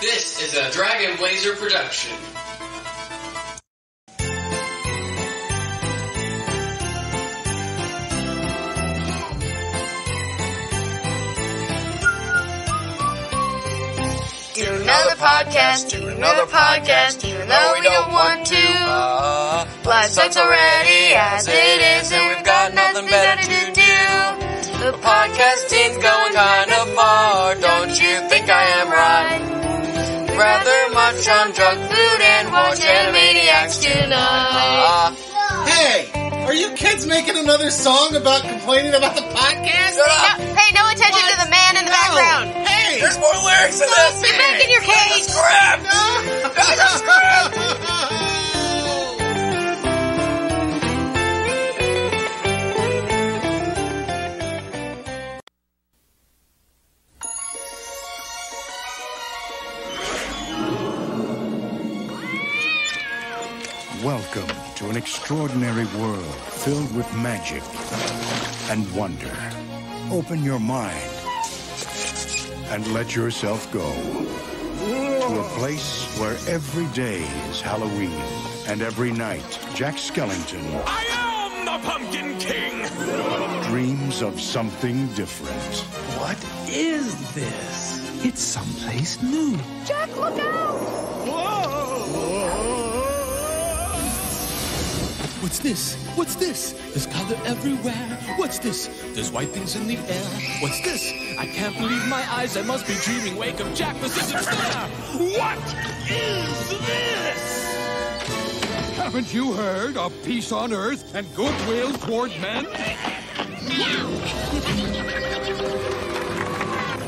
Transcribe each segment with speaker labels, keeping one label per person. Speaker 1: This is a Dragon Blazer production.
Speaker 2: do another podcast, do another podcast, even though we don't want to.
Speaker 3: Uh,
Speaker 2: Life sucks already as it is, and we've got nothing better to do. The podcast team's going kind of far, don't you think I am right? Rather munch on junk food and watch Animaniacs tonight.
Speaker 1: Ah.
Speaker 3: uh,
Speaker 4: Hey, are you kids making another song about complaining about the podcast?
Speaker 3: shut up!
Speaker 5: Pay no attention to the man in the background.
Speaker 4: Hey!
Speaker 3: There's more lyrics in this.
Speaker 5: Get back in your cage.
Speaker 3: Crap!
Speaker 6: Welcome to an extraordinary world filled with magic and wonder. Open your mind and let yourself go to a place where every day is Halloween and every night Jack Skellington
Speaker 7: I am the Pumpkin King!
Speaker 6: dreams of something different.
Speaker 7: What is this? It's someplace new. Jack, look out! Whoa!
Speaker 8: What's this? What's this? There's color everywhere. What's this? There's white things in the air. What's this? I can't believe my eyes. I must be dreaming. Wake up, Jack. This isn't fair.
Speaker 7: What is this?
Speaker 8: Haven't you heard of peace on earth and goodwill toward men?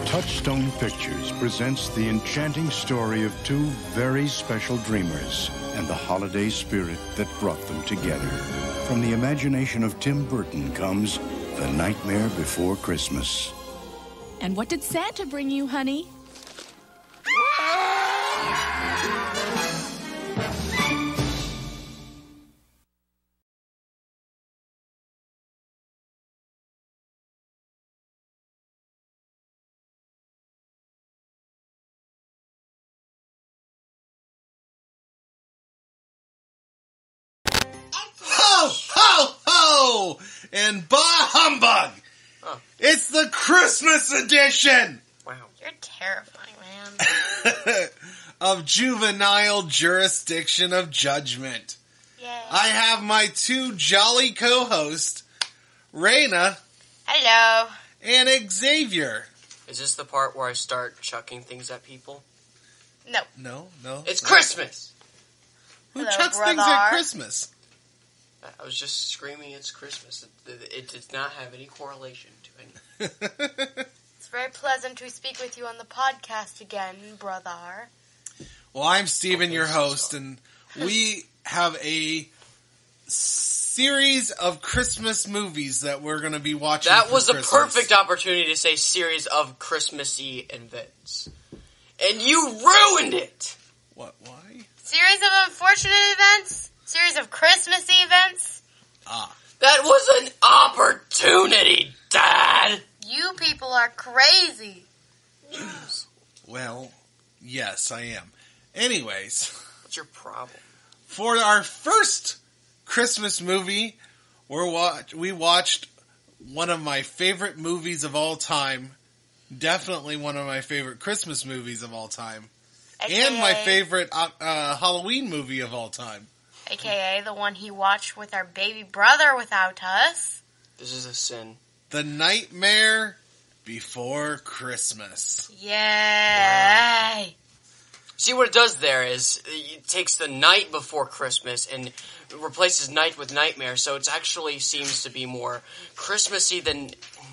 Speaker 6: Touchstone Pictures presents the enchanting story of two very special dreamers and the holiday spirit that brought them together. From the imagination of Tim Burton comes The Nightmare Before Christmas.
Speaker 9: And what did Santa bring you, honey?
Speaker 4: Ho, ho, ho! And bah humbug! It's the Christmas edition
Speaker 5: You're terrifying, man.
Speaker 4: of Juvenile Jurisdiction of Judgment.
Speaker 5: Yeah.
Speaker 4: I have my two jolly co hosts, Raina
Speaker 5: Hello.
Speaker 4: and Xavier.
Speaker 2: Is this the part where I start chucking things at people?
Speaker 5: No.
Speaker 4: No, no.
Speaker 1: It's Christmas.
Speaker 4: Who
Speaker 5: Hello,
Speaker 4: chucks things at
Speaker 5: brother.
Speaker 4: Christmas?
Speaker 1: I- I was just screaming it's Christmas. It, it, it did not have any correlation to anything.
Speaker 5: It's very pleasant to speak with you on the podcast again, brother.
Speaker 4: Well, I'm Steven, your host, and we have a series of Christmas movies that we're going to be watching.
Speaker 1: That
Speaker 4: for
Speaker 1: was a
Speaker 4: Christmas.
Speaker 1: perfect opportunity to say series of Christmassy events. And you ruined it!
Speaker 4: What? Why?
Speaker 5: Series of unfortunate events. Series of Christmassy events.
Speaker 1: That was an opportunity, Dad!
Speaker 5: You people are crazy.
Speaker 4: Well, yes, I am. Anyways,
Speaker 1: What's your problem?
Speaker 4: for our first Christmas movie, we're watch- we watched one of my favorite movies of all time. Definitely one of my favorite Christmas movies of all time, and my
Speaker 5: AKA
Speaker 4: favorite uh, uh, Halloween movie of all time.
Speaker 5: AKA the one he watched with our baby brother without us.
Speaker 1: This is a sin.
Speaker 4: The Nightmare Before Christmas.
Speaker 5: Yay! Wow.
Speaker 1: See what it does there is it takes the night before Christmas and replaces night with nightmare, so it actually seems to be more Christmassy than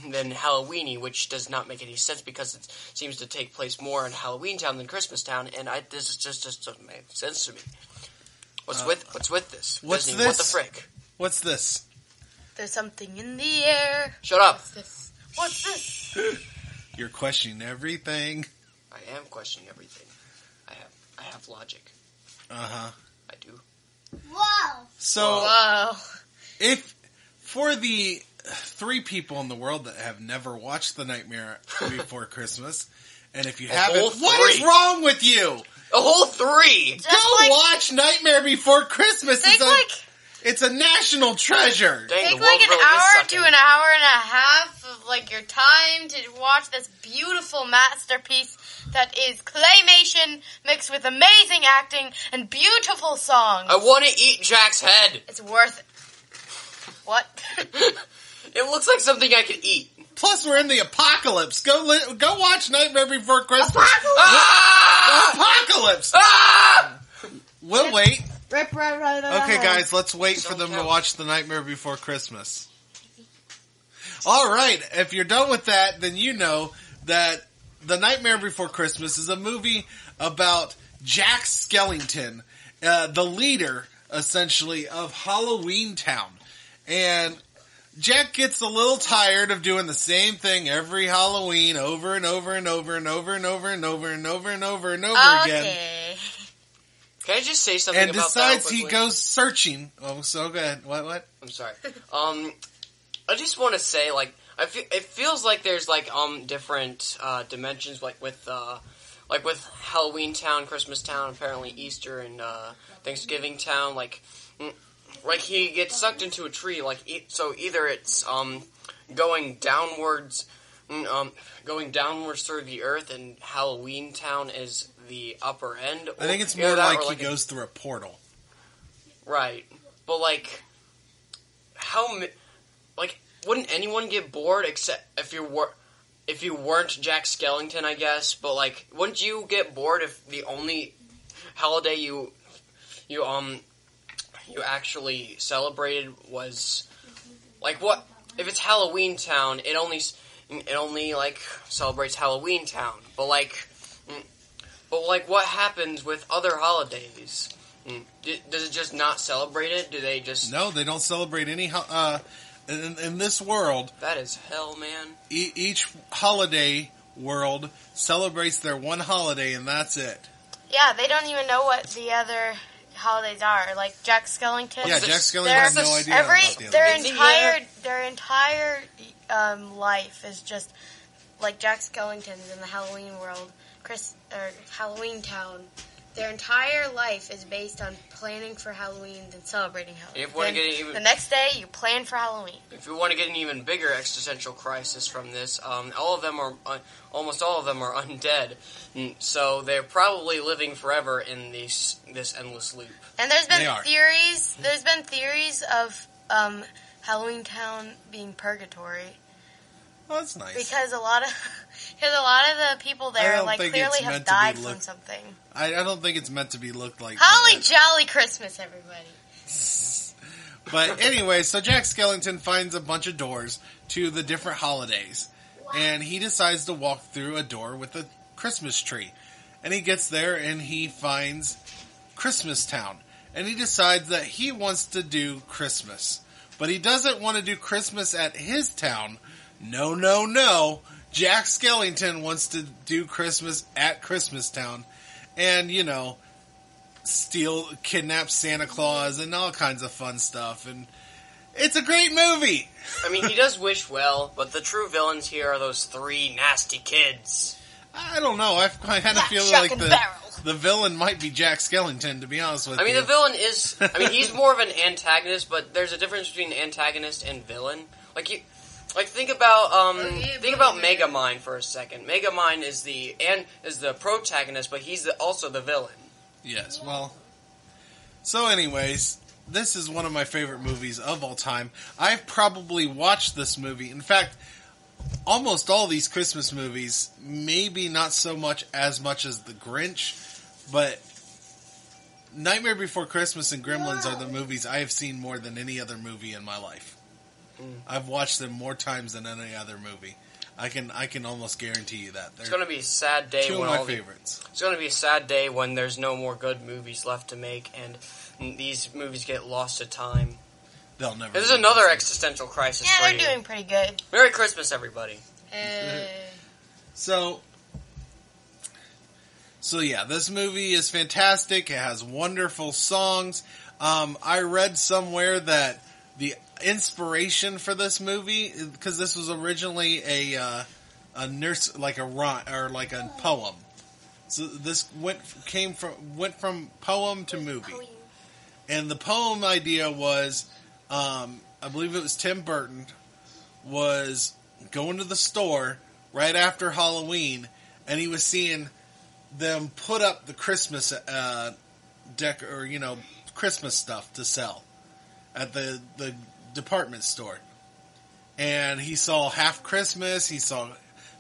Speaker 1: than Halloweeny, which does not make any sense because it seems to take place more in Halloween Town than Christmas Town, and I this is just just doesn't make sense to me. What's with what's with this?
Speaker 4: Uh, what's
Speaker 1: Disney, What the
Speaker 4: this?
Speaker 1: frick?
Speaker 4: What's this?
Speaker 5: There's something in the air.
Speaker 1: Shut up!
Speaker 5: What's this? What's this?
Speaker 4: You're questioning everything.
Speaker 1: I am questioning everything. I have I have logic.
Speaker 4: Uh huh.
Speaker 1: I do.
Speaker 4: So
Speaker 5: Whoa.
Speaker 4: if for the three people in the world that have never watched The Nightmare Before Christmas. And if you
Speaker 1: A whole
Speaker 4: haven't, what is
Speaker 1: three.
Speaker 4: wrong with you?
Speaker 1: A whole three.
Speaker 4: Go watch Nightmare Before Christmas. It's
Speaker 5: Take
Speaker 4: a,
Speaker 5: like
Speaker 4: it's a national treasure.
Speaker 1: Dang, the
Speaker 5: take
Speaker 1: world
Speaker 5: like an
Speaker 1: really is
Speaker 5: hour to
Speaker 1: sucking.
Speaker 5: an hour and a half of like your time to watch this beautiful masterpiece that is claymation mixed with amazing acting and beautiful songs.
Speaker 1: I want to eat Jack's head.
Speaker 5: It's worth it. What?
Speaker 1: It looks like something I could eat.
Speaker 4: Plus, we're in the apocalypse. Go li- go watch Nightmare Before Christmas.
Speaker 1: Ah!
Speaker 4: Apocalypse.
Speaker 1: Ah!
Speaker 4: We'll wait.
Speaker 2: Rip, rip, rip, rip,
Speaker 4: Okay,
Speaker 2: rip.
Speaker 4: guys, let's wait for them to watch The Nightmare Before Christmas. All right, if you're done with that, then you know that The Nightmare Before Christmas is a movie about Jack Skellington, uh, the leader, essentially, of Halloween Town. And Jack gets a little tired of doing the same thing every Halloween over and over and over and over and over and over and over and over and over again
Speaker 5: okay.
Speaker 1: Can I just say something
Speaker 4: and
Speaker 1: about
Speaker 4: decides
Speaker 1: that?
Speaker 4: he
Speaker 1: quickly?
Speaker 4: goes searching. Oh, so good. What? What?
Speaker 1: I'm sorry. Um, I just want to say, like, I fe- it feels like there's like um different uh, dimensions, like with uh, like with Halloween Town, Christmas Town, apparently Easter and uh, Thanksgiving Town. Like, mm, like he gets sucked into a tree. Like, e- so either it's um going downwards, mm, um, going downwards through the earth, and Halloween Town is the upper end.
Speaker 4: I think it's
Speaker 1: Either
Speaker 4: more
Speaker 1: that
Speaker 4: like
Speaker 1: or,
Speaker 4: he
Speaker 1: a-
Speaker 4: goes through a portal.
Speaker 1: Right, but like, how? ma- Like, wouldn't anyone get bored except if you were, if you weren't Jack Skellington, I guess. But like, wouldn't you get bored if the only holiday you, you um, you actually celebrated was, like, what? If it's Halloween Town, it only s- it only like celebrates Halloween Town. But like, mm, but like, what happens with other holidays? Mm. D- Does it just not celebrate it? Do they just?
Speaker 4: No, they don't celebrate any. ho- Uh, in, in this world,
Speaker 1: That is hell, man.
Speaker 4: e- each holiday world celebrates their one holiday, and that's it.
Speaker 5: Yeah, they don't even know what the other holidays are. Like Jack Skellington.
Speaker 4: Oh, yeah,
Speaker 1: this-
Speaker 4: Jack Skellington
Speaker 5: their-
Speaker 4: has no idea
Speaker 5: Every
Speaker 4: about the other.
Speaker 5: their
Speaker 1: Is he, uh,
Speaker 5: entire their entire um, life is just like Jack Skellington's in the Halloween world, Chris or Halloween Town. Their entire life is based on planning for Halloween and celebrating Halloween.
Speaker 1: If we're
Speaker 5: Then
Speaker 1: getting even-
Speaker 5: the next day, you plan for Halloween.
Speaker 1: If you want to get an even bigger existential crisis from this, um, all of them are, uh, almost all of them are undead, Mm, so they're probably living forever in this this endless loop.
Speaker 5: And there's
Speaker 4: They
Speaker 5: been
Speaker 4: are.
Speaker 5: theories. There's been theories of um, Halloween Town being purgatory.
Speaker 4: Oh, that's nice.
Speaker 5: because a lot of because a lot of the people
Speaker 4: I
Speaker 5: there
Speaker 4: don't
Speaker 5: like
Speaker 4: think
Speaker 5: clearly
Speaker 4: it's
Speaker 5: have
Speaker 4: meant to be
Speaker 5: died
Speaker 4: looked-
Speaker 5: from something.
Speaker 4: I, I don't think it's meant to be looked like.
Speaker 5: Holly
Speaker 4: that.
Speaker 5: jolly Christmas, everybody!
Speaker 4: But anyway, so Jack Skellington finds a bunch of doors to the different holidays, and he decides to walk through a door with a Christmas tree. And he gets there and he finds Christmas Town, and he decides that he wants to do Christmas, but he doesn't want to do Christmas at his town. No, no, no. Jack Skellington wants to do Christmas at Christmas Town, and you know steal, kidnap Santa Claus, and all kinds of fun stuff. And it's a great movie.
Speaker 1: I mean, he does wish well, but the true villains here are those three nasty kids.
Speaker 4: I don't know. I've I had a
Speaker 5: Yeah,
Speaker 4: feeling
Speaker 5: Chuck
Speaker 4: like
Speaker 5: and
Speaker 4: the
Speaker 5: Barrel.
Speaker 4: the villain might be Jack Skellington. To be honest with
Speaker 1: I mean,
Speaker 4: you,
Speaker 1: the villain is. I mean, he's more of an antagonist, but there's a difference between antagonist and villain. Like you, like think about um, think about Megamind for a second. Megamind is the and is the protagonist, but he's the, also the villain.
Speaker 4: Yes. Well. So, anyways, this is one of my favorite movies of all time. I've probably watched this movie. In fact, almost all these Christmas movies. Maybe not so much as much as The Grinch, but Nightmare Before Christmas and Gremlins are the movies I have seen more than any other movie in my life. I've watched them more times than any other movie. I can I can almost guarantee you that.
Speaker 1: It's
Speaker 4: They're
Speaker 1: gonna be a sad day
Speaker 4: two of
Speaker 1: when
Speaker 4: my
Speaker 1: all the,
Speaker 4: favorites.
Speaker 1: it's gonna be a sad day when there's no more good movies left to make, and these movies get lost to time.
Speaker 4: They'll never.
Speaker 1: This is
Speaker 4: be
Speaker 1: another
Speaker 4: the same.
Speaker 1: existential crisis
Speaker 5: Yeah,
Speaker 1: for
Speaker 5: they're
Speaker 1: you.
Speaker 5: doing pretty good.
Speaker 1: Merry Christmas, everybody.
Speaker 5: Hey.
Speaker 4: So, so yeah, this movie is fantastic. It has wonderful songs. Um, I read somewhere that the inspiration for this movie because this was originally a uh, a nurse like a rhyme or like a poem. So this went came from went from poem to movie, and the poem idea was, um, I believe it was Tim Burton, was going to the store right after Halloween, and he was seeing them put up the Christmas uh, deck or you know Christmas stuff to sell at the the department store, and he saw half Christmas, he saw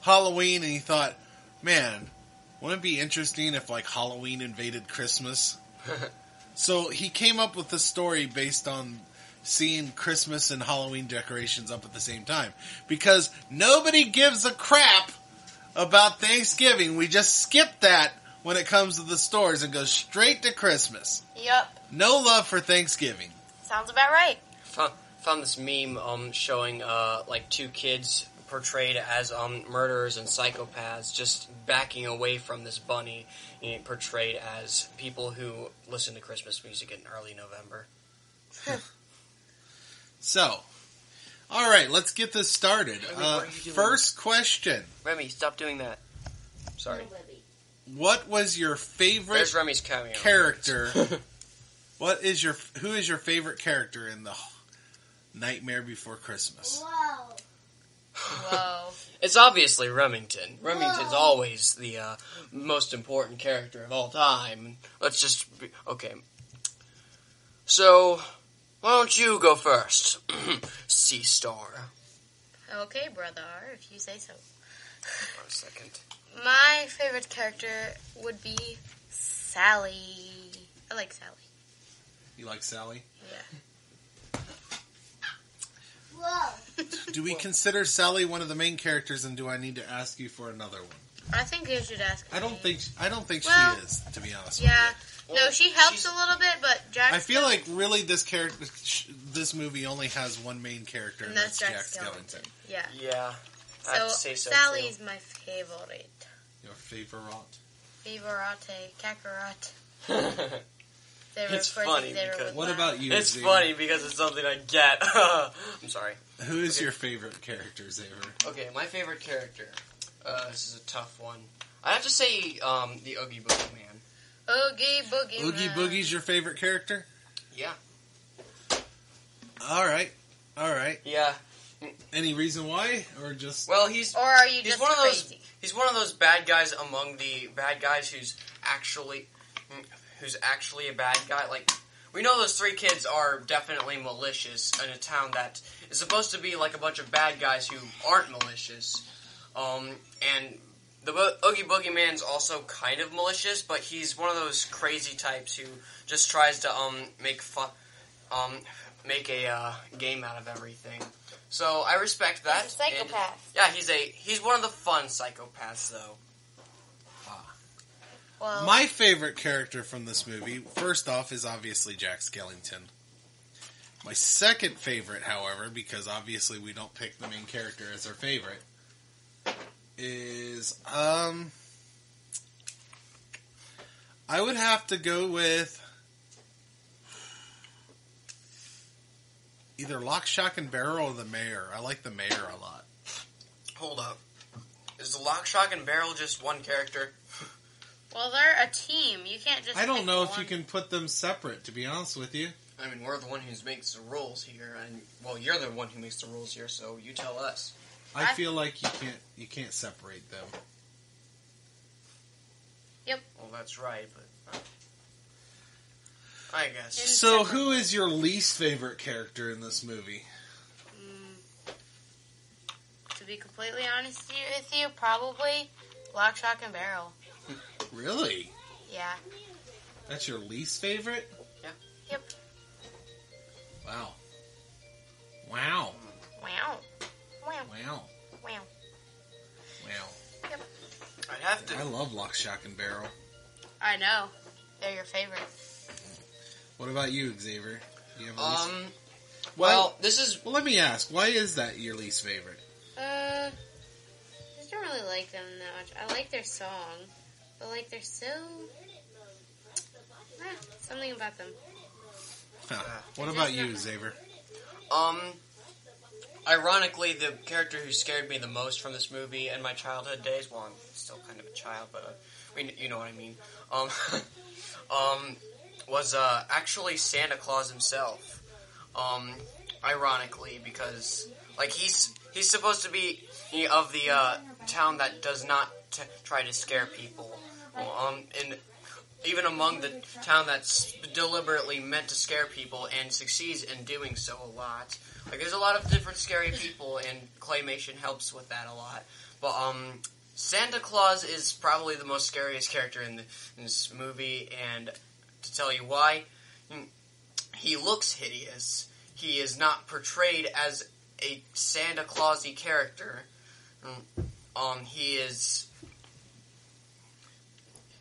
Speaker 4: Halloween, and he thought, man, wouldn't it be interesting if like Halloween invaded Christmas? so he came up with the story based on seeing Christmas and Halloween decorations up at the same time because nobody gives a crap about Thanksgiving. We just skip that when it comes to the stores and go straight to Christmas.
Speaker 5: Yep.
Speaker 4: No love for Thanksgiving.
Speaker 5: Sounds about right.
Speaker 1: found, found this meme um, showing uh, like two kids portrayed as um, murderers and psychopaths just backing away from this bunny you know, portrayed as people who listen to christmas music in early november
Speaker 4: So, all right, let's get this started. Uh, first question:
Speaker 1: remy stop doing that sorry
Speaker 4: What was your favorite
Speaker 1: there's remy's cameo
Speaker 4: character? what is your who is your favorite character in the Nightmare Before Christmas?
Speaker 5: Whoa.
Speaker 1: it's obviously remington remington's always the uh, most important character of all time let's just be, okay so why don't you go first sea star
Speaker 5: okay, brother, if you say so.
Speaker 1: One second.
Speaker 5: My favorite character would be Sally. I like Sally.
Speaker 4: You like Sally?
Speaker 5: Yeah.
Speaker 4: Do we consider Sally one of the main characters, and do I need to ask you for another one?
Speaker 5: I think you should ask.
Speaker 4: I don't
Speaker 5: me.
Speaker 4: think I don't think
Speaker 5: Well,
Speaker 4: she is, to be honest. with
Speaker 5: Yeah.
Speaker 4: you.
Speaker 5: no, she helps a little bit, but Jack.
Speaker 4: I feel like really this character, sh- this movie only has one main character, and,
Speaker 5: And that's
Speaker 4: that's,
Speaker 5: Jack
Speaker 4: Jack
Speaker 5: Skellington.
Speaker 4: Skellington.
Speaker 5: Yeah.
Speaker 1: Yeah.
Speaker 5: So,
Speaker 1: I'd say so
Speaker 5: Sally
Speaker 1: too.
Speaker 5: is my favorite.
Speaker 4: Your favorite.
Speaker 5: Favorite, Kakarot. They were
Speaker 1: It's
Speaker 5: first,
Speaker 1: funny
Speaker 5: they were
Speaker 1: because-
Speaker 4: What
Speaker 5: loud.
Speaker 4: about you?
Speaker 1: it's
Speaker 4: Xavier?
Speaker 1: funny because it's something I get. I'm sorry.
Speaker 4: Who is your favorite character, Xavier?
Speaker 1: Okay, my favorite character. Uh, this is a tough one. I have to say um, the Oogie Boogie Man.
Speaker 5: Oogie Boogie?
Speaker 4: Oogie
Speaker 5: Man.
Speaker 4: Boogie's your favorite character?
Speaker 1: Yeah.
Speaker 4: All right, all right.
Speaker 1: Yeah.
Speaker 4: Any reason why, or just
Speaker 1: Well, he's
Speaker 5: Or are you
Speaker 1: He's
Speaker 5: just
Speaker 1: one of those-
Speaker 5: crazy?
Speaker 1: he's one of those bad guys among the bad guys who's actually who's actually a bad guy. Like we know those three kids are definitely malicious in a town that is supposed to be like a bunch of bad guys who aren't malicious. Um, and the Bo- Oogie Boogie Man's also kind of malicious, but he's one of those crazy types who just tries to um make fun um make a uh, game out of everything. So I respect that.
Speaker 5: He's a
Speaker 1: and-
Speaker 5: psychopath.
Speaker 1: yeah, he's a he's one of the fun psychopaths though.
Speaker 5: Well,
Speaker 4: My favorite character from this movie, first off, is obviously Jack Skellington. My second favorite, however, because obviously we don't pick the main character as our favorite, is um I would have to go with either Lock, Shock, and Barrel or the Mayor. I like the Mayor a lot.
Speaker 1: Hold up. Is the lock, shock, and barrel just one character?
Speaker 5: well, they're a team. You can't just.
Speaker 4: I don't
Speaker 5: pick
Speaker 4: know if
Speaker 5: one.
Speaker 4: you can put them separate, to be honest with you.
Speaker 1: I mean, we're the one who makes the rules here, and well, you're the one who makes the rules here, so you tell us.
Speaker 4: I
Speaker 5: I-
Speaker 4: feel like you can't you can't separate them.
Speaker 1: Well, that's right, but uh, I guess
Speaker 4: So, who is your least favorite character in this movie?
Speaker 5: Mm, to be completely honest with you- with you, probably Lock, Shock, and Barrel.
Speaker 4: Really?
Speaker 5: Yeah.
Speaker 4: That's your least favorite?
Speaker 1: Yeah.
Speaker 5: Yep.
Speaker 4: Wow. Wow.
Speaker 5: Wow. Wow.
Speaker 4: Wow.
Speaker 5: Wow.
Speaker 4: Wow.
Speaker 1: I'd have to.
Speaker 4: I love Lock, Shock, and Barrel.
Speaker 5: I know. They're your favorite.
Speaker 4: What about you, Xavier? You have a least-
Speaker 1: Um. Well, this is
Speaker 4: well, let me ask. Why is that your least favorite?
Speaker 5: Uh, I just don't really like them that much. I like their song, but like they're so. Eh, something about them.
Speaker 1: Uh,
Speaker 4: Huh. What about you, Xavier?
Speaker 1: Um, ironically, the character who scared me the most from this movie and my childhood days. Well, I'm still kind of a child, but uh, I mean, you know what I mean. Um, um, was uh, actually Santa Claus himself. Um, ironically, because like he's he's supposed to be he, of the uh, town that does not t- try to scare people. Um, and even among the town that's deliberately meant to scare people and succeeds in doing so a lot. Like there's a lot of different scary people, and claymation helps with that a lot. But um, Santa Claus is probably the most scariest character in, the, in this movie, and to tell you why, mm, he looks hideous. He is not portrayed as a Santa Clausy character. Mm, Um, he is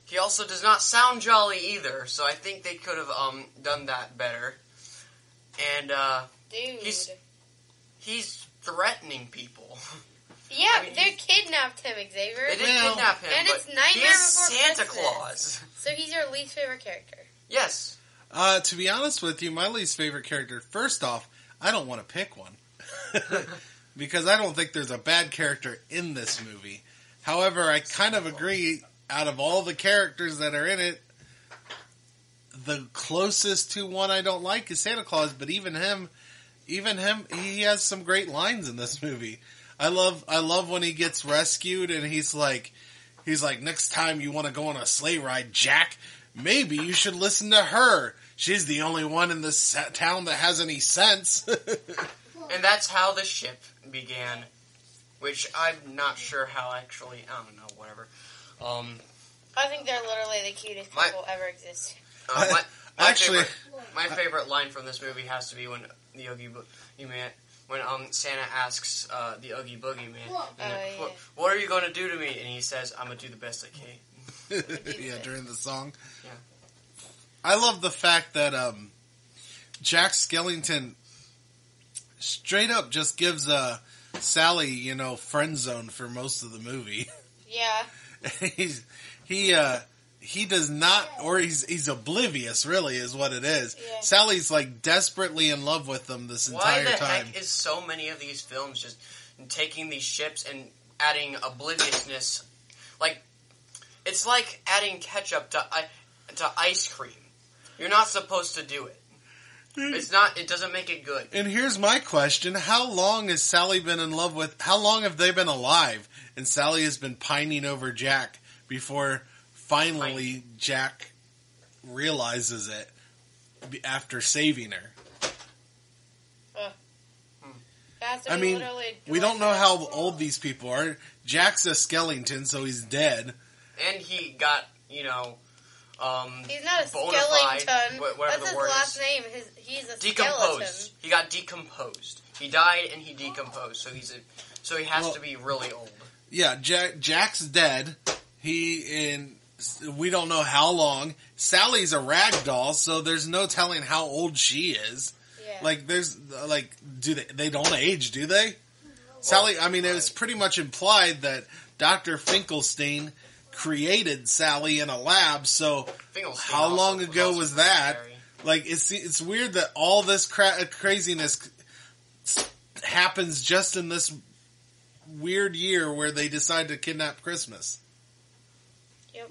Speaker 1: he also does not sound jolly either, so I think they could have um, done that better. And uh,
Speaker 5: Dude.
Speaker 1: he's he's threatening people.
Speaker 5: yeah,
Speaker 1: I mean,
Speaker 5: they kidnapped him, Xavier.
Speaker 1: They didn't kidnap him,
Speaker 5: and
Speaker 1: but
Speaker 5: it's Nightmare
Speaker 1: he is
Speaker 5: Before
Speaker 1: Santa
Speaker 5: Christmas.
Speaker 1: Claus.
Speaker 5: So he's your least favorite character.
Speaker 1: Yes,
Speaker 4: Uh, to be honest with you, my least favorite character, first off, I don't want to pick one. because I don't think there's a bad character in this movie. However, I kind of agree, out of all the characters that are in it, the closest to one I don't like is Santa Claus, but even him, even him, he has some great lines in this movie. I love, I love when he gets rescued and he's like, he's like, next time you want to go on a sleigh ride, Jack, maybe you should listen to her. She's the only one in this sa- town that has any sense.
Speaker 1: and that's how the ship began, which I'm not sure how actually. I don't know. Whatever. Um,
Speaker 5: I think they're literally the cutest
Speaker 1: My-
Speaker 5: people ever exist.
Speaker 1: Uh, my, my
Speaker 4: Actually-
Speaker 1: favorite, my favorite line from this movie has to be when the Oogie Bo- you man when um Santa asks uh, the Oogie Boogie man,
Speaker 5: Oh,
Speaker 1: and then,
Speaker 5: yeah.
Speaker 1: "What- "What are you going to do to me?" and he says, "I'm gonna do the best I can."
Speaker 4: yeah, during the song.
Speaker 1: Yeah.
Speaker 4: I love the fact that um, Jack Skellington straight up just gives uh, Sally, you know, friend zone for most of the movie.
Speaker 5: Yeah.
Speaker 4: He's, he uh, he does not, or he's he's oblivious. Really, is what it is.
Speaker 5: Yeah.
Speaker 4: Sally's like desperately in love with them this
Speaker 1: Why
Speaker 4: entire
Speaker 1: the
Speaker 4: time.
Speaker 1: heck is so many of these films just taking these ships and adding obliviousness? Like it's like adding ketchup to I- to ice cream. You're not supposed to do it. It's not. It doesn't make it good.
Speaker 4: And here's my question: How long has Sally been in love with? How long have they been alive? And Sally has been pining over Jack before finally Jack realizes it b- after saving her.
Speaker 5: That's
Speaker 4: I mean,
Speaker 5: literally
Speaker 4: we don't know how old these people are. Jack's a skeleton, so he's dead.
Speaker 1: And he got, you know, um,
Speaker 5: He's not a
Speaker 1: Bonafide,
Speaker 5: skeleton.
Speaker 1: wh- whatever
Speaker 5: That's
Speaker 1: the
Speaker 5: his
Speaker 1: word
Speaker 5: last
Speaker 1: is.
Speaker 5: name. His, he's a
Speaker 1: decomposed.
Speaker 5: skeleton.
Speaker 1: He got decomposed. He died and he decomposed. So he's a, so he has
Speaker 4: Well-
Speaker 1: to be really old.
Speaker 4: Yeah, Jack, Jack's dead. He and s- we don't know how long. Sally's a rag doll, so there's no telling how old she is.
Speaker 5: Yeah.
Speaker 4: Like there's like do they they don't age, do they? Sally, I mean it was pretty much implied that Dr. Finkelstein created Sally in a lab, so
Speaker 1: Finkelstein
Speaker 4: how
Speaker 1: also-
Speaker 4: long ago
Speaker 1: also
Speaker 4: was that?
Speaker 1: scary.
Speaker 4: Like it's it's weird that all this cra- uh, craziness c- happens just in this weird year where they decide to kidnap Christmas.
Speaker 5: Yep.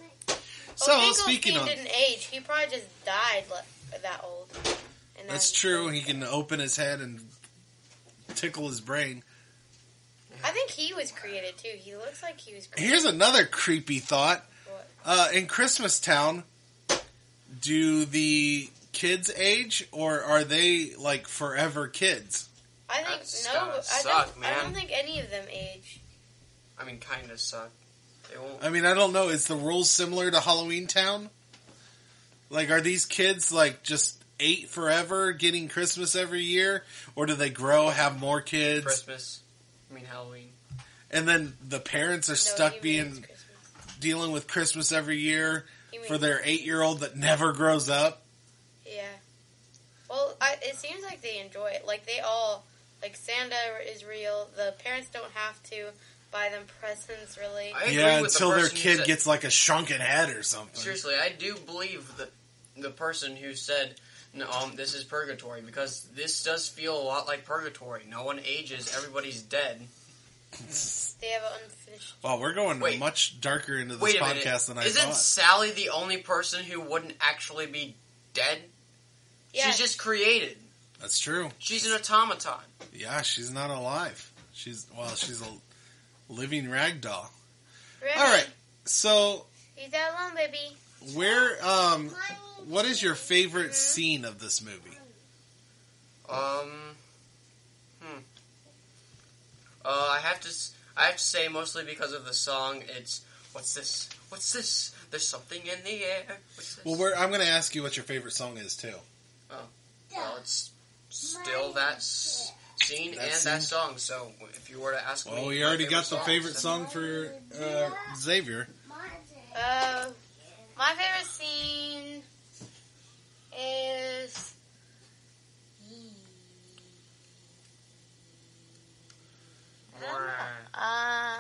Speaker 4: So,
Speaker 5: well,
Speaker 4: speaking
Speaker 5: Finkelstein
Speaker 4: of-
Speaker 5: didn't age. He probably just died like, that old. And
Speaker 4: That's
Speaker 5: then-
Speaker 4: true. He can open his head and tickle his brain.
Speaker 5: I think he was created too. He looks like he was. Created.
Speaker 4: Here's another creepy thought.
Speaker 5: What?
Speaker 4: Uh, in Christmas Town, do the kids age or are they like forever kids?
Speaker 5: I think
Speaker 1: That's
Speaker 5: no.
Speaker 1: gotta
Speaker 5: I,
Speaker 1: suck,
Speaker 5: don't, I
Speaker 1: man.
Speaker 5: don't think any of them age.
Speaker 1: I mean, kind of suck. They won't.
Speaker 4: I mean, I don't know. Is the rules similar to Halloween Town? Like, are these kids like just eight forever, getting Christmas every year, or do they grow, have more kids,
Speaker 1: Christmas. I mean Halloween.
Speaker 4: and then the parents are stuck
Speaker 5: he means
Speaker 4: being
Speaker 5: Christmas.
Speaker 4: dealing with Christmas every year
Speaker 5: He
Speaker 4: for
Speaker 5: means-
Speaker 4: their eight-year-old that never grows up?
Speaker 5: Yeah. Well, I, it seems like they enjoy it. Like they all, like Santa is real. The parents don't have to buy them presents, really.
Speaker 1: I agree
Speaker 4: Yeah,
Speaker 1: with the
Speaker 4: until their
Speaker 1: person who
Speaker 4: kid
Speaker 1: said-
Speaker 4: gets like a shrunken head or something.
Speaker 1: Seriously, I do believe that the person who said No, um, this is purgatory because this does feel a lot like purgatory. No one ages. Everybody's dead.
Speaker 5: They have an unfinished.
Speaker 4: Wow, Oh, we're going
Speaker 1: Wait.
Speaker 4: much darker into this
Speaker 1: Wait a minute.
Speaker 4: podcast than I
Speaker 1: Isn't
Speaker 4: thought.
Speaker 1: Sally the only person who wouldn't actually be dead?
Speaker 5: Yeah,
Speaker 1: She's just created.
Speaker 4: That's true.
Speaker 1: She's an automaton.
Speaker 4: Yeah, she's not alive. She's well, she's a living rag doll.
Speaker 5: Remy,
Speaker 4: All right. So,
Speaker 5: Leave that alone, baby.
Speaker 4: where um what is your favorite scene of this movie?
Speaker 1: Um, hmm. Uh, I have to. s- I have to say mostly because of the song. It's what's this? What's this? There's something in the air. What's this?
Speaker 4: Well, where I'm going to ask you what your favorite song is too.
Speaker 1: Well, it's still that s- scene
Speaker 4: That
Speaker 1: and
Speaker 4: scene?
Speaker 1: that song. So if you were to ask me,
Speaker 4: Well, we
Speaker 1: my
Speaker 4: already got the
Speaker 1: songs,
Speaker 4: favorite
Speaker 1: then-
Speaker 4: song for uh, Xavier.
Speaker 5: Uh, my favorite scene is. Uh,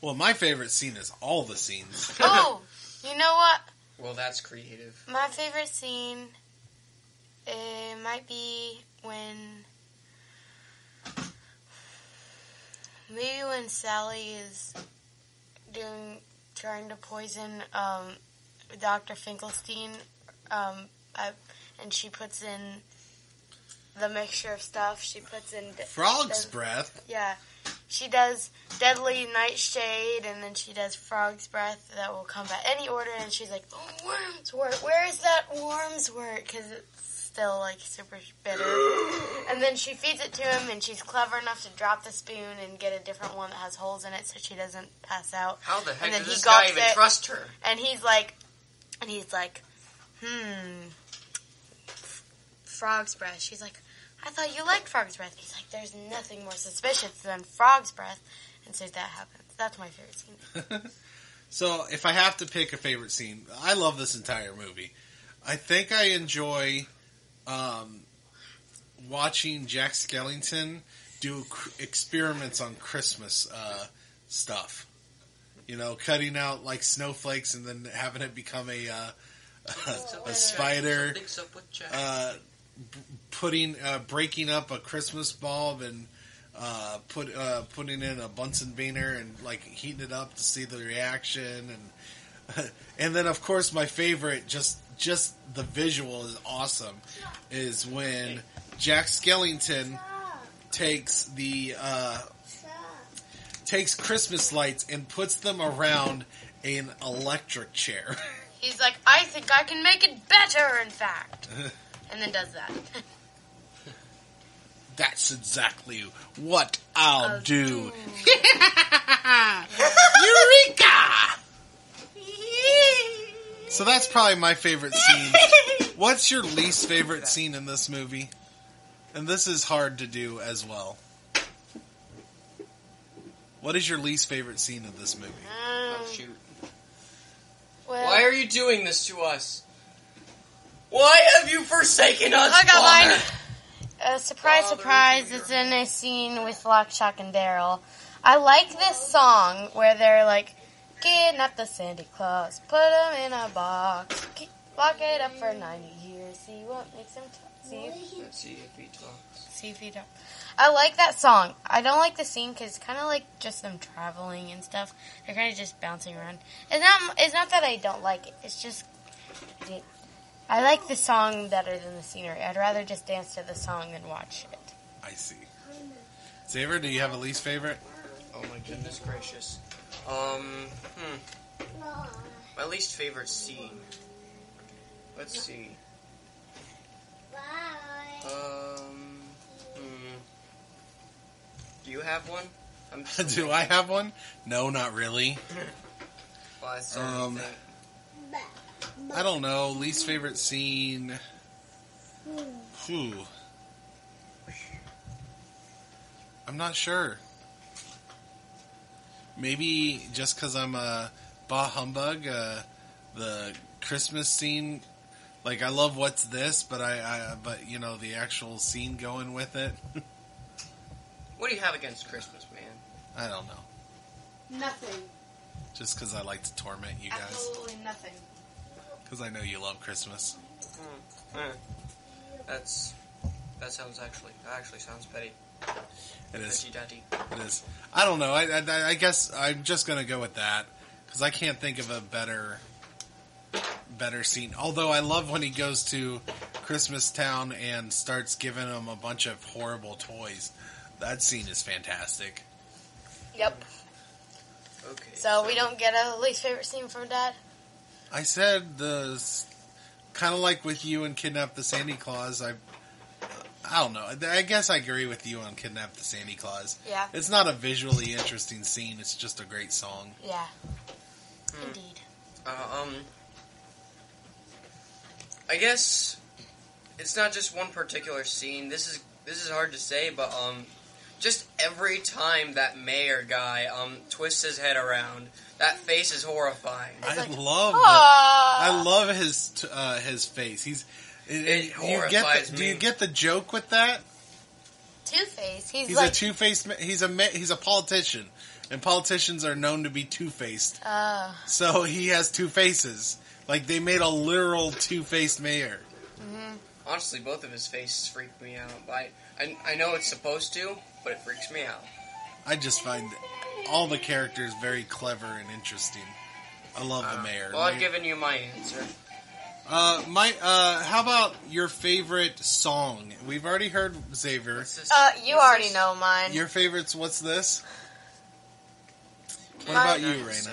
Speaker 4: Well, my favorite scene is all the scenes.
Speaker 5: oh, you know what?
Speaker 1: Well, that's creative.
Speaker 5: My favorite scene it might be when maybe when Sally is doing trying to poison um, Dr. Finkelstein um, I, and she puts in the mixture of stuff she puts in de-
Speaker 4: Frog's
Speaker 5: does-
Speaker 4: breath.
Speaker 5: yeah she does deadly nightshade and then she does frog's breath that will combat any order and she's like oh, worms work where is that worms work because it's still like super bitter and then she feeds it to him and she's clever enough to drop the spoon and get a different one that has holes in it so she doesn't pass out
Speaker 1: How the heck
Speaker 5: then
Speaker 1: did
Speaker 5: he
Speaker 1: this guy
Speaker 5: gulps
Speaker 1: even
Speaker 5: it.
Speaker 1: trust her?
Speaker 5: and he's like, and he's like, hmm, frog's breath. She's like, I thought you liked frog's breath. He's like, there's nothing more suspicious than frog's breath. And so that happens. That's my favorite scene.
Speaker 4: So, if I have to pick a favorite scene, I love this entire movie. I think I enjoy um, watching Jack Skellington do cr- experiments on Christmas uh, stuff. You know, cutting out like snowflakes and then having it become a uh, a, a spider.
Speaker 1: Something's up with Jack.
Speaker 4: uh, b- putting uh, breaking up a Christmas bulb and uh, put uh, putting in a Bunsen burner and like heating it up to see the reaction and and then of course my favorite just just the visual is awesome is when Jack Skellington takes the uh, takes Christmas lights and puts them around an electric chair.
Speaker 5: He's like, I think I can make it better, in fact. and then does that.
Speaker 4: That's exactly what I'll do. Eureka! So that's probably my favorite scene. What's your least favorite scene in this movie? And this is hard to do as well. What is your least favorite scene of this movie?
Speaker 1: oh,
Speaker 5: Um,
Speaker 1: shoot.
Speaker 5: well,
Speaker 1: Why are you doing this to us? Why have you forsaken us?
Speaker 5: I got
Speaker 1: Father?
Speaker 5: mine. Uh, surprise,
Speaker 1: Father,
Speaker 5: surprise,
Speaker 1: Junior.
Speaker 5: it's in a scene with Lockshock and Daryl. I like this song where they're like, kidnap the Santa Claus, put him in a box, keep, lock it up for 90 years, see what makes him t- see, if-
Speaker 1: Let's see if he talks.
Speaker 5: see if he don't. I like that song. I don't like the scene because it's kind of like just them traveling and stuff. They're kind of just bouncing around. It's not, it's not that I don't like it, it's just. I like the song better than the scenery. I'd rather just dance to the song than watch it.
Speaker 4: I see. Xavier, do you have a least favorite?
Speaker 1: Oh my goodness gracious. Um, hmm. My least favorite scene. Let's see. Um, hmm. Do you have one? I'm just
Speaker 4: do I have one? No, not really.
Speaker 1: Well, I still need to
Speaker 4: Um,
Speaker 1: think.
Speaker 4: I don't know. Least favorite scene. Whew. I'm not sure. Maybe just because I'm a bah humbug, uh, the Christmas scene. Like I love what's this, but I, I but you know the actual scene going with it.
Speaker 1: What do you have against Christmas, man?
Speaker 4: I don't know.
Speaker 10: Nothing.
Speaker 4: Just because I like to torment you guys,
Speaker 10: Absolutely nothing.
Speaker 4: because I know you love Christmas.
Speaker 1: Hmm. Eh. That's that sounds actually that actually sounds petty.
Speaker 4: It is.
Speaker 1: Petty daddy.
Speaker 4: It is. I don't know. I, I, I guess I'm just gonna go with that because I can't think of a better better scene. Although I love when he goes to Christmas Town and starts giving them a bunch of horrible toys. That scene is fantastic.
Speaker 5: Yep.
Speaker 1: Okay.
Speaker 5: So we don't get a least favorite scene from Dad.
Speaker 4: I said the kind of like with you and kidnap the Sandy Claus. I I don't know. I guess I agree with you on kidnap the Sandy Claus.
Speaker 5: Yeah.
Speaker 4: It's not a visually interesting scene. It's just a great song.
Speaker 5: Yeah.
Speaker 1: Hmm.
Speaker 5: Indeed.
Speaker 1: Uh, um, I guess it's not just one particular scene. This is this is hard to say, but um, just every time that mayor guy um twists his head around, that face is horrifying.
Speaker 4: I love the,
Speaker 5: Aw.
Speaker 4: I love his t- uh, his face. He's and- and you get
Speaker 1: horrifies
Speaker 4: the,
Speaker 1: me.
Speaker 4: do you get the joke with that?
Speaker 5: Two Face. He's,
Speaker 4: He's
Speaker 5: like.
Speaker 4: a two faced. He's a ma- he's a politician, and politicians are known to be two faced.
Speaker 5: oh.
Speaker 4: So he has two faces. Like they made a literal two faced mayor.
Speaker 1: Honestly, both of his faces freak me out. I, I I know it's supposed to, but it freaks me out.
Speaker 4: I just find all the characters very clever and interesting. I love the mayor.
Speaker 1: Uh, Well, I've
Speaker 4: Mayor-
Speaker 1: given you my answer.
Speaker 4: Uh, my, uh, how about your favorite song? We've already heard Xavier.
Speaker 1: What's this-
Speaker 5: Uh, you
Speaker 1: what's
Speaker 5: already
Speaker 1: this?
Speaker 5: know mine.
Speaker 4: Your favorite's what's this? What
Speaker 5: My-
Speaker 4: about you, Raina?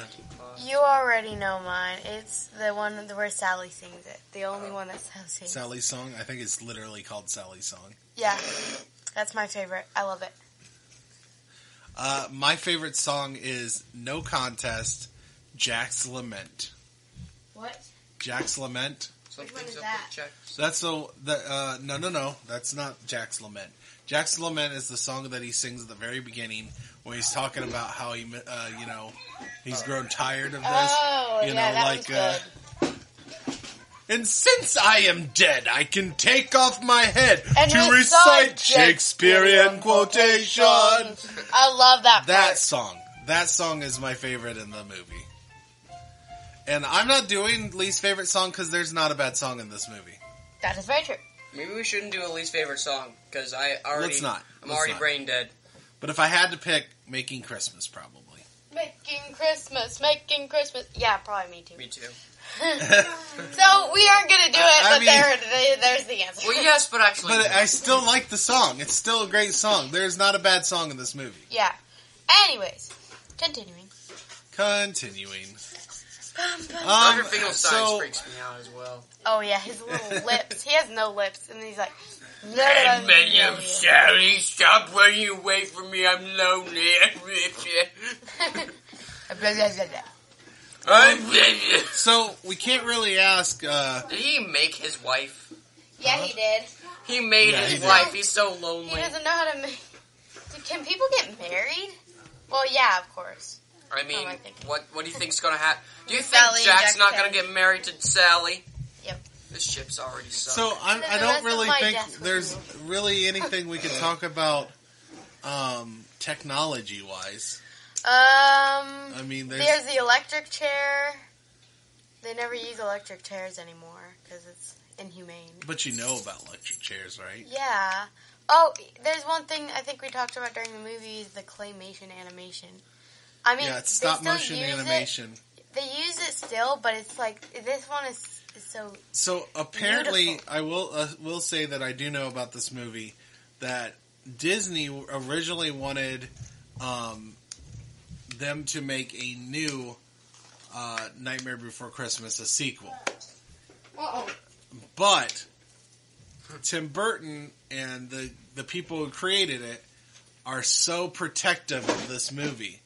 Speaker 5: You already know mine. It's the one where Sally sings it. The only one that Sally sings.
Speaker 4: Sally's song? I think it's literally called Sally's song.
Speaker 5: yeah, that's my favorite. I love it.
Speaker 4: Uh, my favorite song is No Contest, Jack's Lament.
Speaker 10: What?
Speaker 4: Jack's Lament?
Speaker 1: Something's
Speaker 10: Which one is
Speaker 1: up
Speaker 10: that?
Speaker 1: with Jack's.
Speaker 4: That's the, the uh, no, no, no. That's not Jack's Lament. Jack's Lament is the song that he sings at the very beginning where he's talking about how he, uh, you know, he's grown tired of this.
Speaker 5: Oh, yeah,
Speaker 4: you know,
Speaker 5: that
Speaker 4: like,
Speaker 5: one's good.
Speaker 4: uh, And since I am dead, I can take off my head
Speaker 5: And
Speaker 4: to recite Shakespearean quotation.
Speaker 5: I love that.
Speaker 4: That
Speaker 5: That's
Speaker 4: song. That song is my favorite in the movie. And I'm not doing least favorite song because there's not a bad song in this movie.
Speaker 5: that is very true.
Speaker 1: Maybe we shouldn't do a least favorite song because I already
Speaker 4: Let's not.
Speaker 1: I'm
Speaker 4: Let's
Speaker 1: already
Speaker 4: not.
Speaker 1: brain dead.
Speaker 4: But if I had to pick, Making Christmas probably.
Speaker 5: Making Christmas, making Christmas. Yeah, probably me too.
Speaker 1: Me too.
Speaker 5: So we aren't gonna do it,
Speaker 4: I
Speaker 5: but
Speaker 4: mean-
Speaker 5: there, there- there's the answer.
Speaker 1: Well, yes, but actually,
Speaker 4: But uh, I still like the song. It's still a great song. There's not a bad song in this movie.
Speaker 5: yeah. Anyways, continuing.
Speaker 4: Continuing.
Speaker 1: Dr.
Speaker 4: Um,
Speaker 1: Finkelstein's
Speaker 4: so
Speaker 1: freaks me out as well.
Speaker 5: Oh yeah, his little lips. He has no lips, and he's like, no,
Speaker 1: Sally, stop when you away from me. I'm lonely. Did
Speaker 4: so we can't really ask. Uh,
Speaker 1: he make his wife?
Speaker 5: Yeah, he did.
Speaker 1: He made
Speaker 4: Yeah, he
Speaker 1: his
Speaker 4: did.
Speaker 1: wife. He's so
Speaker 5: He
Speaker 1: lonely.
Speaker 5: doesn't know how to make. Can people get married? Well, yeah, of course.
Speaker 1: I mean,
Speaker 5: Oh, I think-
Speaker 1: what what do you think's gonna happen? Do you think
Speaker 5: Sally,
Speaker 1: Jack's
Speaker 5: Jack
Speaker 1: not gonna
Speaker 5: Sally.
Speaker 1: get married to Sally?
Speaker 5: Yep.
Speaker 1: This ship's already sunk.
Speaker 4: so I'm, I
Speaker 5: That's
Speaker 4: don't really
Speaker 5: my
Speaker 4: think
Speaker 5: guess.
Speaker 4: there's really anything we could talk about um, technology wise.
Speaker 5: Um,
Speaker 4: I mean, there's,
Speaker 5: there's the electric chair. They never use electric chairs anymore because it's inhumane.
Speaker 4: but you know about electric chairs, right?
Speaker 5: Yeah. Oh, there's one thing I think we talked about during the movie is the claymation animation. I mean,
Speaker 4: yeah, it's
Speaker 5: they
Speaker 4: stop
Speaker 5: still
Speaker 4: motion
Speaker 5: use it-
Speaker 4: animation.
Speaker 5: They use it still, but it's like this one is, is so
Speaker 4: So apparently,
Speaker 5: Beautiful.
Speaker 4: I will uh, will say that I do know about this movie that Disney originally wanted um, them to make a new uh, Nightmare Before Christmas, a sequel.
Speaker 10: Uh oh.
Speaker 4: But Tim Burton and the the people who created it are so protective of this movie,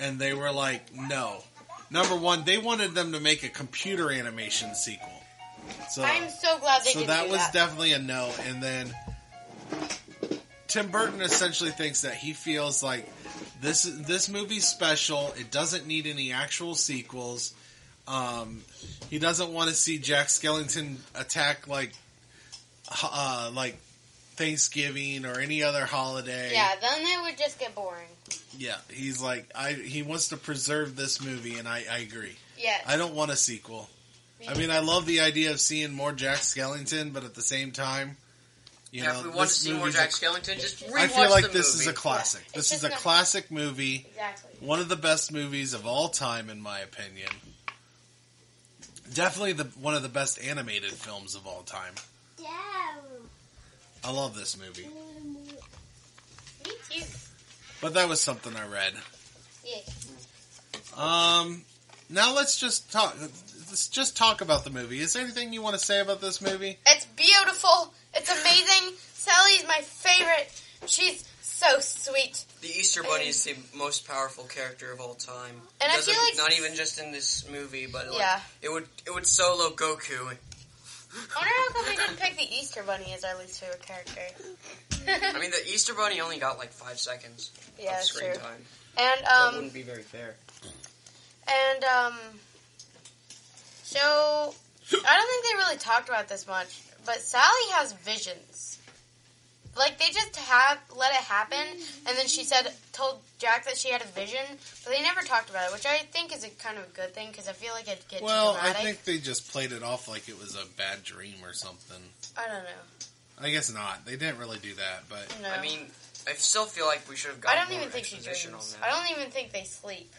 Speaker 4: and they were like, "No." Number one, they wanted them to make a computer animation sequel. So
Speaker 5: I'm so glad they
Speaker 4: so
Speaker 5: didn't
Speaker 4: that
Speaker 5: do
Speaker 4: was
Speaker 5: that.
Speaker 4: definitely a no. And then Tim Burton essentially thinks that he feels like this this movie's special. It doesn't need any actual sequels. Um, he doesn't want to see Jack Skellington attack like uh, like Thanksgiving or any other holiday.
Speaker 5: yeah, then it would just get boring.
Speaker 4: Yeah, he's like I. He wants to preserve this movie, and I, I agree.
Speaker 5: Yes.
Speaker 4: I don't want a sequel. I mean, I love the idea of seeing more Jack Skellington, but at the same time, you
Speaker 1: yeah,
Speaker 4: know,
Speaker 1: if we want to
Speaker 4: this
Speaker 1: see more
Speaker 4: movie's a-
Speaker 1: Jack Skellington, just rewatch
Speaker 4: I feel like
Speaker 1: the
Speaker 4: this
Speaker 1: movie.
Speaker 4: is a classic.
Speaker 5: Yeah, it's
Speaker 4: this is
Speaker 5: just
Speaker 4: a
Speaker 5: not-
Speaker 4: classic movie.
Speaker 5: Exactly.
Speaker 4: One of the best movies of all time, in my opinion. Definitely the one of the best animated films of all time. I love this movie.
Speaker 5: Me too.
Speaker 4: But that was something I read.
Speaker 5: Yeah.
Speaker 4: Um, now let's just talk. Let's just talk about the movie. Is there anything you want to say about this movie?
Speaker 5: It's beautiful. It's amazing. Sally's my favorite. She's so sweet.
Speaker 1: The Easter Bunny is the most powerful character of all time.
Speaker 5: And I
Speaker 1: Doesn't-
Speaker 5: feel like-
Speaker 1: not even just in this movie, but like,
Speaker 5: Yeah.
Speaker 1: it would it would solo Goku.
Speaker 5: I wonder how come we didn't pick the Easter Bunny as our least favorite character.
Speaker 1: I mean, the Easter Bunny only got like five seconds
Speaker 5: yeah,
Speaker 1: of
Speaker 5: that's
Speaker 1: screen
Speaker 5: true.
Speaker 1: time.
Speaker 5: And
Speaker 1: That
Speaker 5: um,
Speaker 1: wouldn't be very fair.
Speaker 5: and um, so I don't think they really talked about this much, but Sally has visions. Like they just have let it happen, and then she said told Jack that she had a vision, but they never talked about it, which I think is a kind of a good thing because I feel like it gets
Speaker 4: Well, I
Speaker 5: dramatic.
Speaker 4: think they just played it off like it was a bad dream or something.
Speaker 5: I don't know.
Speaker 4: I guess not. They didn't really do that, but
Speaker 5: No.
Speaker 1: I mean, I still feel like we should have
Speaker 5: I
Speaker 1: gotten
Speaker 5: don't
Speaker 1: more
Speaker 5: even think she
Speaker 1: exposition on
Speaker 5: dreams.
Speaker 1: that.
Speaker 5: I don't even think they sleep.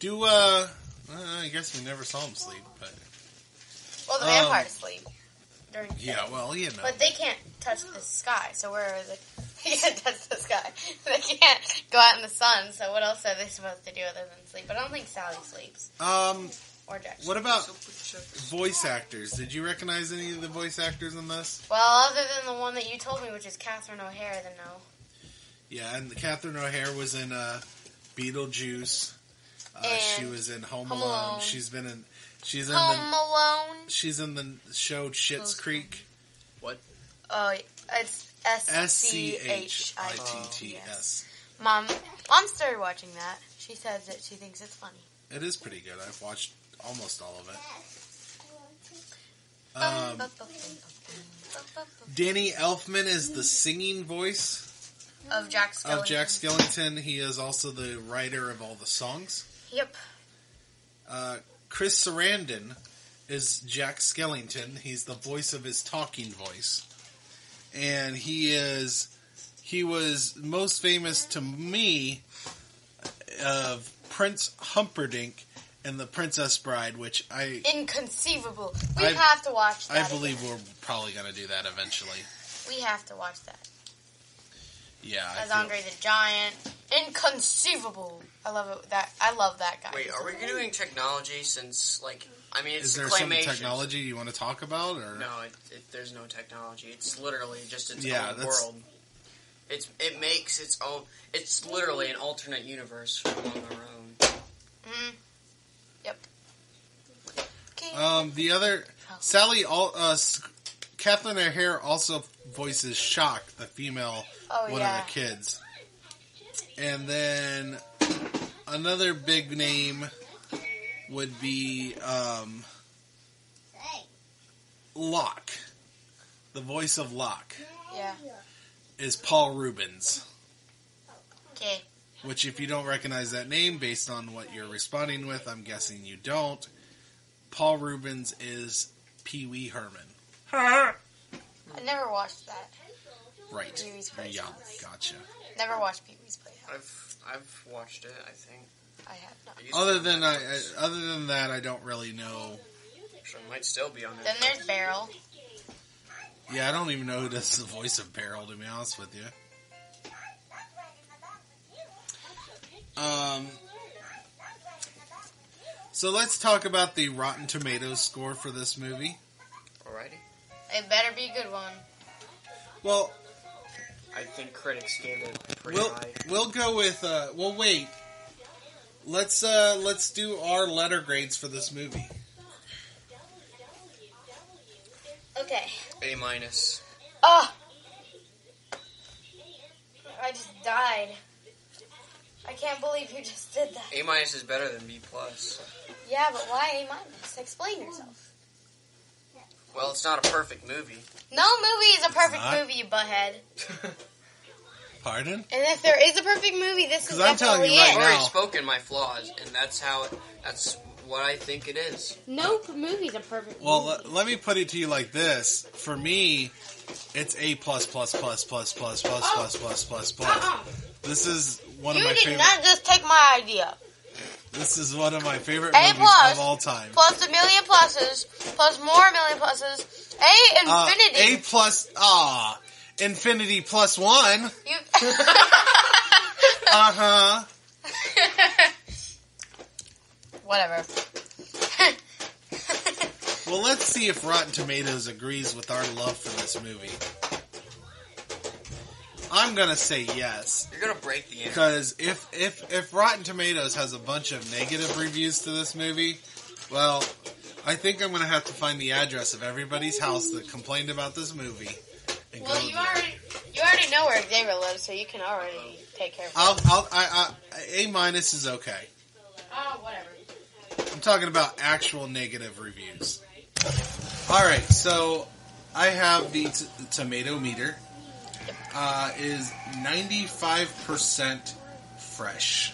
Speaker 4: do uh, uh, I guess we never saw him sleep, but
Speaker 5: Well, the
Speaker 4: Um,
Speaker 5: vampires sleep during. the
Speaker 4: yeah,
Speaker 5: day.
Speaker 4: well, you know.
Speaker 5: But they can't touch the sky. So where are they? They can't touch the sky. They can't go out in the sun. So what else are they supposed to do other than sleep? But I don't think Sally sleeps
Speaker 4: Um,
Speaker 5: or Jack.
Speaker 4: what about
Speaker 1: So put your-
Speaker 4: voice actors? Did you recognize any of the voice actors in this?
Speaker 5: Well, other than the one that you told me, which is Catherine O'Hara, then no.
Speaker 4: Yeah, and Catherine O'Hare was in uh, Beetlejuice. Uh, she
Speaker 5: And
Speaker 4: was in Home
Speaker 5: Home
Speaker 4: Alone.
Speaker 5: Alone.
Speaker 4: She's been in. She's in the.
Speaker 5: Home Alone.
Speaker 4: She's in the show
Speaker 5: Close.
Speaker 4: Shit's Creek.
Speaker 5: Oh, it's S
Speaker 4: S
Speaker 5: C
Speaker 4: C
Speaker 5: H I
Speaker 4: T
Speaker 5: T
Speaker 4: T
Speaker 5: S.
Speaker 4: S.
Speaker 5: Mom, mom started watching that. She says that she thinks it's funny.
Speaker 4: It is pretty good. I've watched almost all of it. Um, Danny Elfman is the singing voice
Speaker 5: of Jack Skellington.
Speaker 4: of Jack Skellington. He is also the writer of all the songs.
Speaker 5: Yep.
Speaker 4: Uh, Chris Sarandon is Jack Skellington. He's the voice of his talking voice, and he is he was most famous to me of Prince Humperdinck and the Princess Bride, which I
Speaker 5: Inconceivable. We
Speaker 4: I-
Speaker 5: have to watch
Speaker 4: I
Speaker 5: that.
Speaker 4: believe we're probably going to do that eventually.
Speaker 5: again. We have to watch that.
Speaker 4: Yeah, I
Speaker 5: As
Speaker 4: feel-
Speaker 5: Andre the Giant. Inconceivable. I love it. That I love that guy.
Speaker 1: Wait, are we doing technology? Since like, I mean, it's
Speaker 4: is there some
Speaker 1: claymation.
Speaker 4: technology you want to talk about or
Speaker 1: No, it, it, there's no technology. It's literally just its
Speaker 4: Yeah,
Speaker 1: own
Speaker 4: that's-
Speaker 1: world. It's it makes its own. It's literally an alternate universe on our own.
Speaker 5: Mm. Yep. Okay.
Speaker 4: Um, the other Sally, all uh, S- Kathleen O'Hare also voices Shock, the female
Speaker 5: Oh,
Speaker 4: one
Speaker 5: yeah.
Speaker 4: of the kids, and then another big name would be um, Locke. The voice of Locke
Speaker 5: yeah.
Speaker 4: is Paul Rubens.
Speaker 5: Okay.
Speaker 4: Which, if you don't recognize that name based on what you're responding with, I'm guessing you don't. Paul Rubens is Pee Wee Herman.
Speaker 5: I never watched that.
Speaker 4: Right.
Speaker 5: Pee Wee's Playhouse.
Speaker 4: Yeah, gotcha.
Speaker 5: Never watched Pee Wee's Playhouse.
Speaker 1: I've I've watched it. I think.
Speaker 5: I have not.
Speaker 1: It used to be
Speaker 4: Other
Speaker 1: on
Speaker 4: than I, I,
Speaker 1: Netflix,
Speaker 4: other than that, I don't really know.
Speaker 1: which it might still be on there.
Speaker 5: Then there's Barrel.
Speaker 4: Yeah, I don't even know who does the voice of Beryl. To be honest with you. Um. So let's talk about the Rotten Tomatoes score for this movie.
Speaker 1: Alrighty.
Speaker 5: It better be a good one.
Speaker 4: Well,
Speaker 1: I think critics gave it pretty
Speaker 4: we'll
Speaker 1: high.
Speaker 4: we'll go with uh we'll wait. Let's uh let's do our letter grades for this movie.
Speaker 5: Okay.
Speaker 1: A minus.
Speaker 5: Oh! I just died. I can't believe you just did that.
Speaker 1: A minus is better than B plus.
Speaker 5: Yeah, but why A minus? Explain yourself.
Speaker 1: Well, it's not a perfect movie.
Speaker 5: No movie is a perfect
Speaker 4: not.
Speaker 5: movie, you butthead.
Speaker 4: Pardon?
Speaker 5: And if there is a perfect movie, this is
Speaker 4: Because I'm telling
Speaker 5: definitely
Speaker 4: you right
Speaker 5: it.
Speaker 1: I've already
Speaker 4: now-
Speaker 1: spoken my flaws, and that's how. That's what I think it is.
Speaker 10: No p- movie's a perfect
Speaker 4: Well,
Speaker 10: movie.
Speaker 4: let, let me put it to you like this: for me, it's a plus plus plus plus plus plus plus plus plus plus.
Speaker 10: Uh-uh.
Speaker 4: This is one of
Speaker 5: Oh. you
Speaker 4: my
Speaker 5: did
Speaker 4: favorite.
Speaker 5: not just take my idea.
Speaker 4: This is one of my favorite
Speaker 5: A
Speaker 4: movies
Speaker 5: plus.
Speaker 4: of all time.
Speaker 5: Plus a million pluses, plus more million pluses, a
Speaker 4: Uh,
Speaker 5: infinity.
Speaker 4: a plus. Ah, infinity plus one.
Speaker 5: you,
Speaker 4: Uh huh.
Speaker 5: whatever.
Speaker 4: Well, let's see if Rotten Tomatoes agrees with our love for this movie. I'm gonna say yes.
Speaker 1: You're gonna break the internet.
Speaker 4: Because if if if Rotten Tomatoes has a bunch of negative reviews to this movie, well, I think I'm gonna have to find the address of everybody's house that complained about this movie. And
Speaker 5: Well,
Speaker 4: go
Speaker 5: you
Speaker 4: there.
Speaker 5: already you already know where Xavier lives, so you can already take care of.
Speaker 4: I'll, I'll, I, I, a minus is okay.
Speaker 10: Oh, whatever.
Speaker 4: I'm talking about actual negative reviews. All right, so I have the t- tomato meter. Uh, is 95% fresh.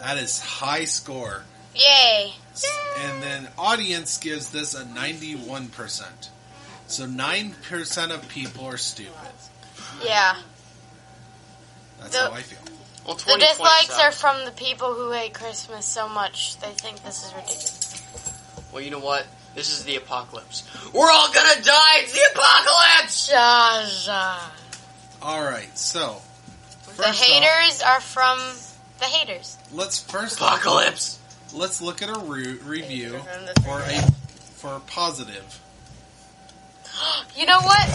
Speaker 4: That is high score.
Speaker 5: Yay!
Speaker 4: and then audience gives this a 91%. So 9% of people are stupid.
Speaker 5: Yeah,
Speaker 4: That's
Speaker 5: The-
Speaker 4: how I feel.
Speaker 1: Well,
Speaker 5: the
Speaker 1: 20 points
Speaker 5: dislikes
Speaker 1: up.
Speaker 5: are from the people who hate Christmas so much they think this is ridiculous.
Speaker 1: Well, you know what? This is the apocalypse. We're all gonna die. It's the apocalypse.
Speaker 5: Zha, zha.
Speaker 4: All right, so
Speaker 5: The
Speaker 4: first off,
Speaker 5: haters are from the haters.
Speaker 4: let's first
Speaker 1: Apocalypse.
Speaker 4: let's look at a re- review for a for a positive.
Speaker 5: You know what?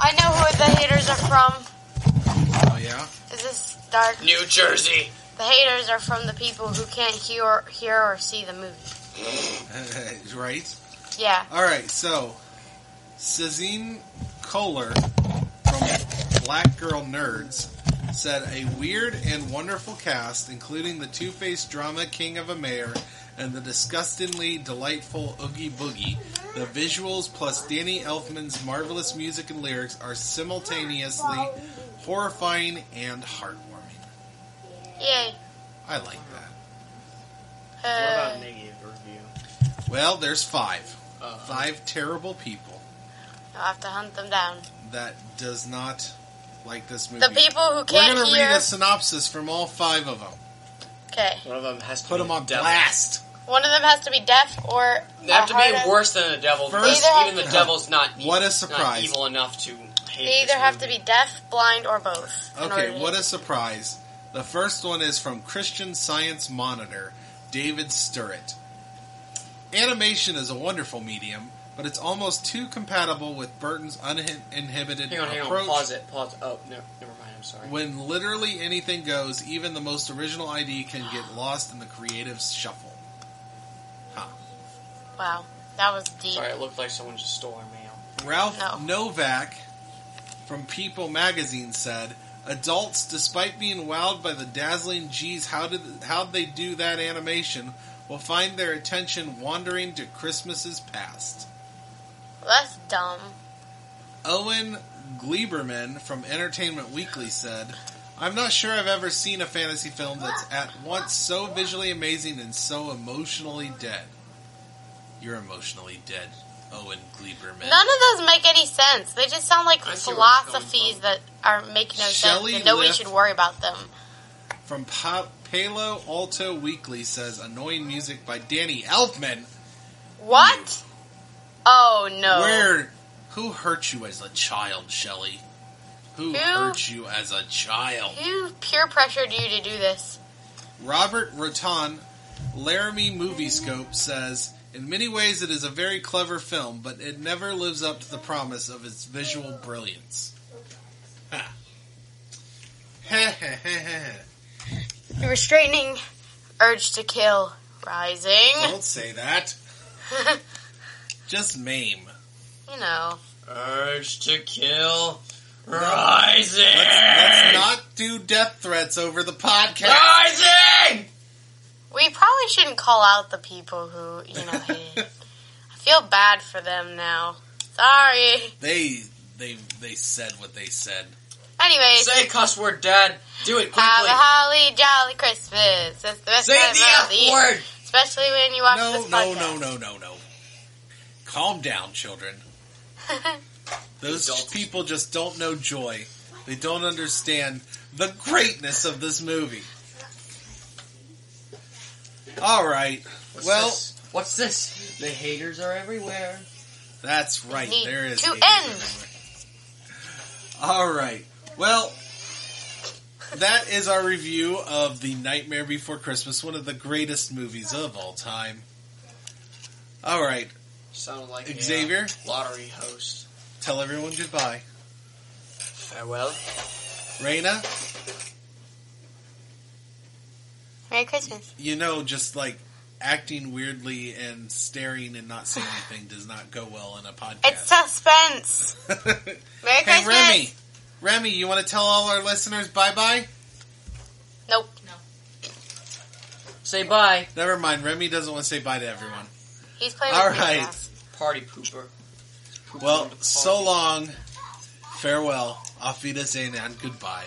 Speaker 5: I know who the haters are from.
Speaker 4: Oh yeah,
Speaker 5: Is this dark?
Speaker 1: New Jersey.
Speaker 5: The haters are from the people who can't hear, hear or see the movie.
Speaker 4: right.
Speaker 5: Yeah.
Speaker 4: All right, so Cezine Kohler from Black Girl Nerds said a weird and wonderful cast, including the two-faced drama king of a mayor and the disgustingly delightful Oogie Boogie. The visuals plus Danny Elfman's marvelous music and lyrics are simultaneously horrifying and heartwarming.
Speaker 5: Yay.
Speaker 4: I like that.
Speaker 5: Uh,
Speaker 1: negative review?
Speaker 4: Well, there's five.
Speaker 1: Uh,
Speaker 4: Five terrible people
Speaker 5: I'll have to hunt them down.
Speaker 4: that does not like this movie.
Speaker 5: The people who
Speaker 4: We're
Speaker 5: can't
Speaker 4: gonna
Speaker 5: hear.
Speaker 4: read a synopsis from all five of them.
Speaker 5: Okay.
Speaker 1: One of them has to
Speaker 4: Put
Speaker 1: be
Speaker 4: them on
Speaker 1: devil.
Speaker 4: blast.
Speaker 5: One of them has to be deaf or.
Speaker 1: They have to
Speaker 5: hard
Speaker 1: be worse than the devil.
Speaker 4: First-
Speaker 1: because
Speaker 5: They either
Speaker 1: even
Speaker 5: have
Speaker 1: the
Speaker 5: to-
Speaker 1: devil's not evil,
Speaker 4: What a surprise.
Speaker 1: Not evil enough to hate.
Speaker 5: They either
Speaker 1: this
Speaker 5: have to
Speaker 1: movie.
Speaker 5: be deaf, blind, or both. in order
Speaker 4: Okay,
Speaker 5: to-
Speaker 4: what a surprise. The first one is from Christian Science Monitor, David Sturrit. Animation is a wonderful medium, but it's almost too compatible with Burton's uninhibited
Speaker 1: Hang on, hang
Speaker 4: approach
Speaker 1: on. Pause it. Pause. Oh no, never mind. I'm sorry.
Speaker 4: when literally anything goes, even the most original idea can get lost in the creative shuffle.
Speaker 5: Wow. That was deep.
Speaker 1: Sorry, it looked like someone just stole our mail.
Speaker 4: Ralph
Speaker 5: No.
Speaker 4: Novak from People magazine said, "Adults, despite being wowed by the dazzling geez, how did how they do that animation, will find their attention wandering to Christmases past."
Speaker 5: Well, that's dumb.
Speaker 4: Owen Gleiberman from Entertainment Weekly said, "I'm not sure I've ever seen a fantasy film that's at once so visually amazing and so emotionally dead." You're emotionally dead, Owen Gleiberman.
Speaker 5: None of those make any sense. They just sound like
Speaker 1: I see where it's coming
Speaker 5: philosophies that are make no
Speaker 4: Shelley
Speaker 5: sense and nobody
Speaker 4: Liff-
Speaker 5: should worry about them.
Speaker 4: from pa- Palo Alto Weekly says annoying music by Danny Elfman.
Speaker 5: What? Oh no.
Speaker 4: Where who hurt you as a child, Shelley? Who,
Speaker 5: Who?
Speaker 4: hurt you as a child?
Speaker 5: Who peer pressured you to do this?
Speaker 4: Robert Rotan, Laramie Movie Scope says in many ways it is a very clever film, but it never lives up to the promise of its visual brilliance. Ha.
Speaker 5: The restraining urge to kill rising.
Speaker 4: Don't say that. Oh. Just maim.
Speaker 5: you know.
Speaker 1: Urge to kill. Rising.
Speaker 4: Let's not do death threats over the podcast.
Speaker 1: Rising.
Speaker 5: We probably shouldn't call out the people who, you know, hate it. I feel bad for them now. Sorry.
Speaker 4: They they they said what they said.
Speaker 5: Anyways,
Speaker 1: Say a cuss word, Dad. Do it
Speaker 5: have a
Speaker 1: quickly.
Speaker 5: holly jolly Christmas. That's the best
Speaker 1: Say
Speaker 5: time
Speaker 1: the
Speaker 5: of
Speaker 1: F
Speaker 5: the year.
Speaker 1: word.
Speaker 5: Especially when you watch
Speaker 4: No,
Speaker 5: this
Speaker 4: no,
Speaker 5: podcast.
Speaker 4: no, no, no, no. Calm down, children. Those people just don't know joy. They don't understand the greatness of this movie. All right. well,
Speaker 1: what's this? The haters are everywhere.
Speaker 4: that's right.
Speaker 5: Need
Speaker 4: There is
Speaker 5: to
Speaker 4: haters
Speaker 5: end.
Speaker 4: everywhere. All right. Well, that is our review of The Nightmare Before Christmas, one of the greatest movies of all time. All right.
Speaker 1: Sounded like a,
Speaker 4: Xavier,
Speaker 1: uh, lottery host.
Speaker 4: tell everyone goodbye.
Speaker 11: Farewell.
Speaker 4: Raina,
Speaker 5: Merry Christmas.
Speaker 4: you know, just like acting weirdly and staring and not saying anything does not go well in a
Speaker 5: It's
Speaker 4: podcast.
Speaker 5: suspense. Merry
Speaker 4: hey,
Speaker 5: Christmas.
Speaker 4: Remy, Remy, you want to tell all our listeners bye bye?
Speaker 5: Nope.
Speaker 1: Say bye,
Speaker 4: Never mind. Remy doesn't want to say bye to everyone.
Speaker 5: He's playing
Speaker 4: All
Speaker 5: with
Speaker 4: right.
Speaker 5: Minecraft.
Speaker 1: party pooper. Pooper
Speaker 4: Well,
Speaker 1: on the party.
Speaker 4: so long. Farewell. Auf Wiedersehen and goodbye.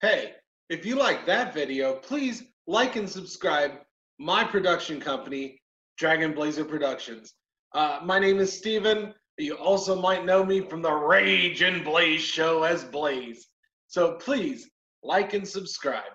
Speaker 8: Hey, if you like that video, please like and subscribe my production company, Dragon Blazer Productions. Uh, my name is Steven. You also might know me from the Rage and Blaze show as Blaze. So please like and subscribe.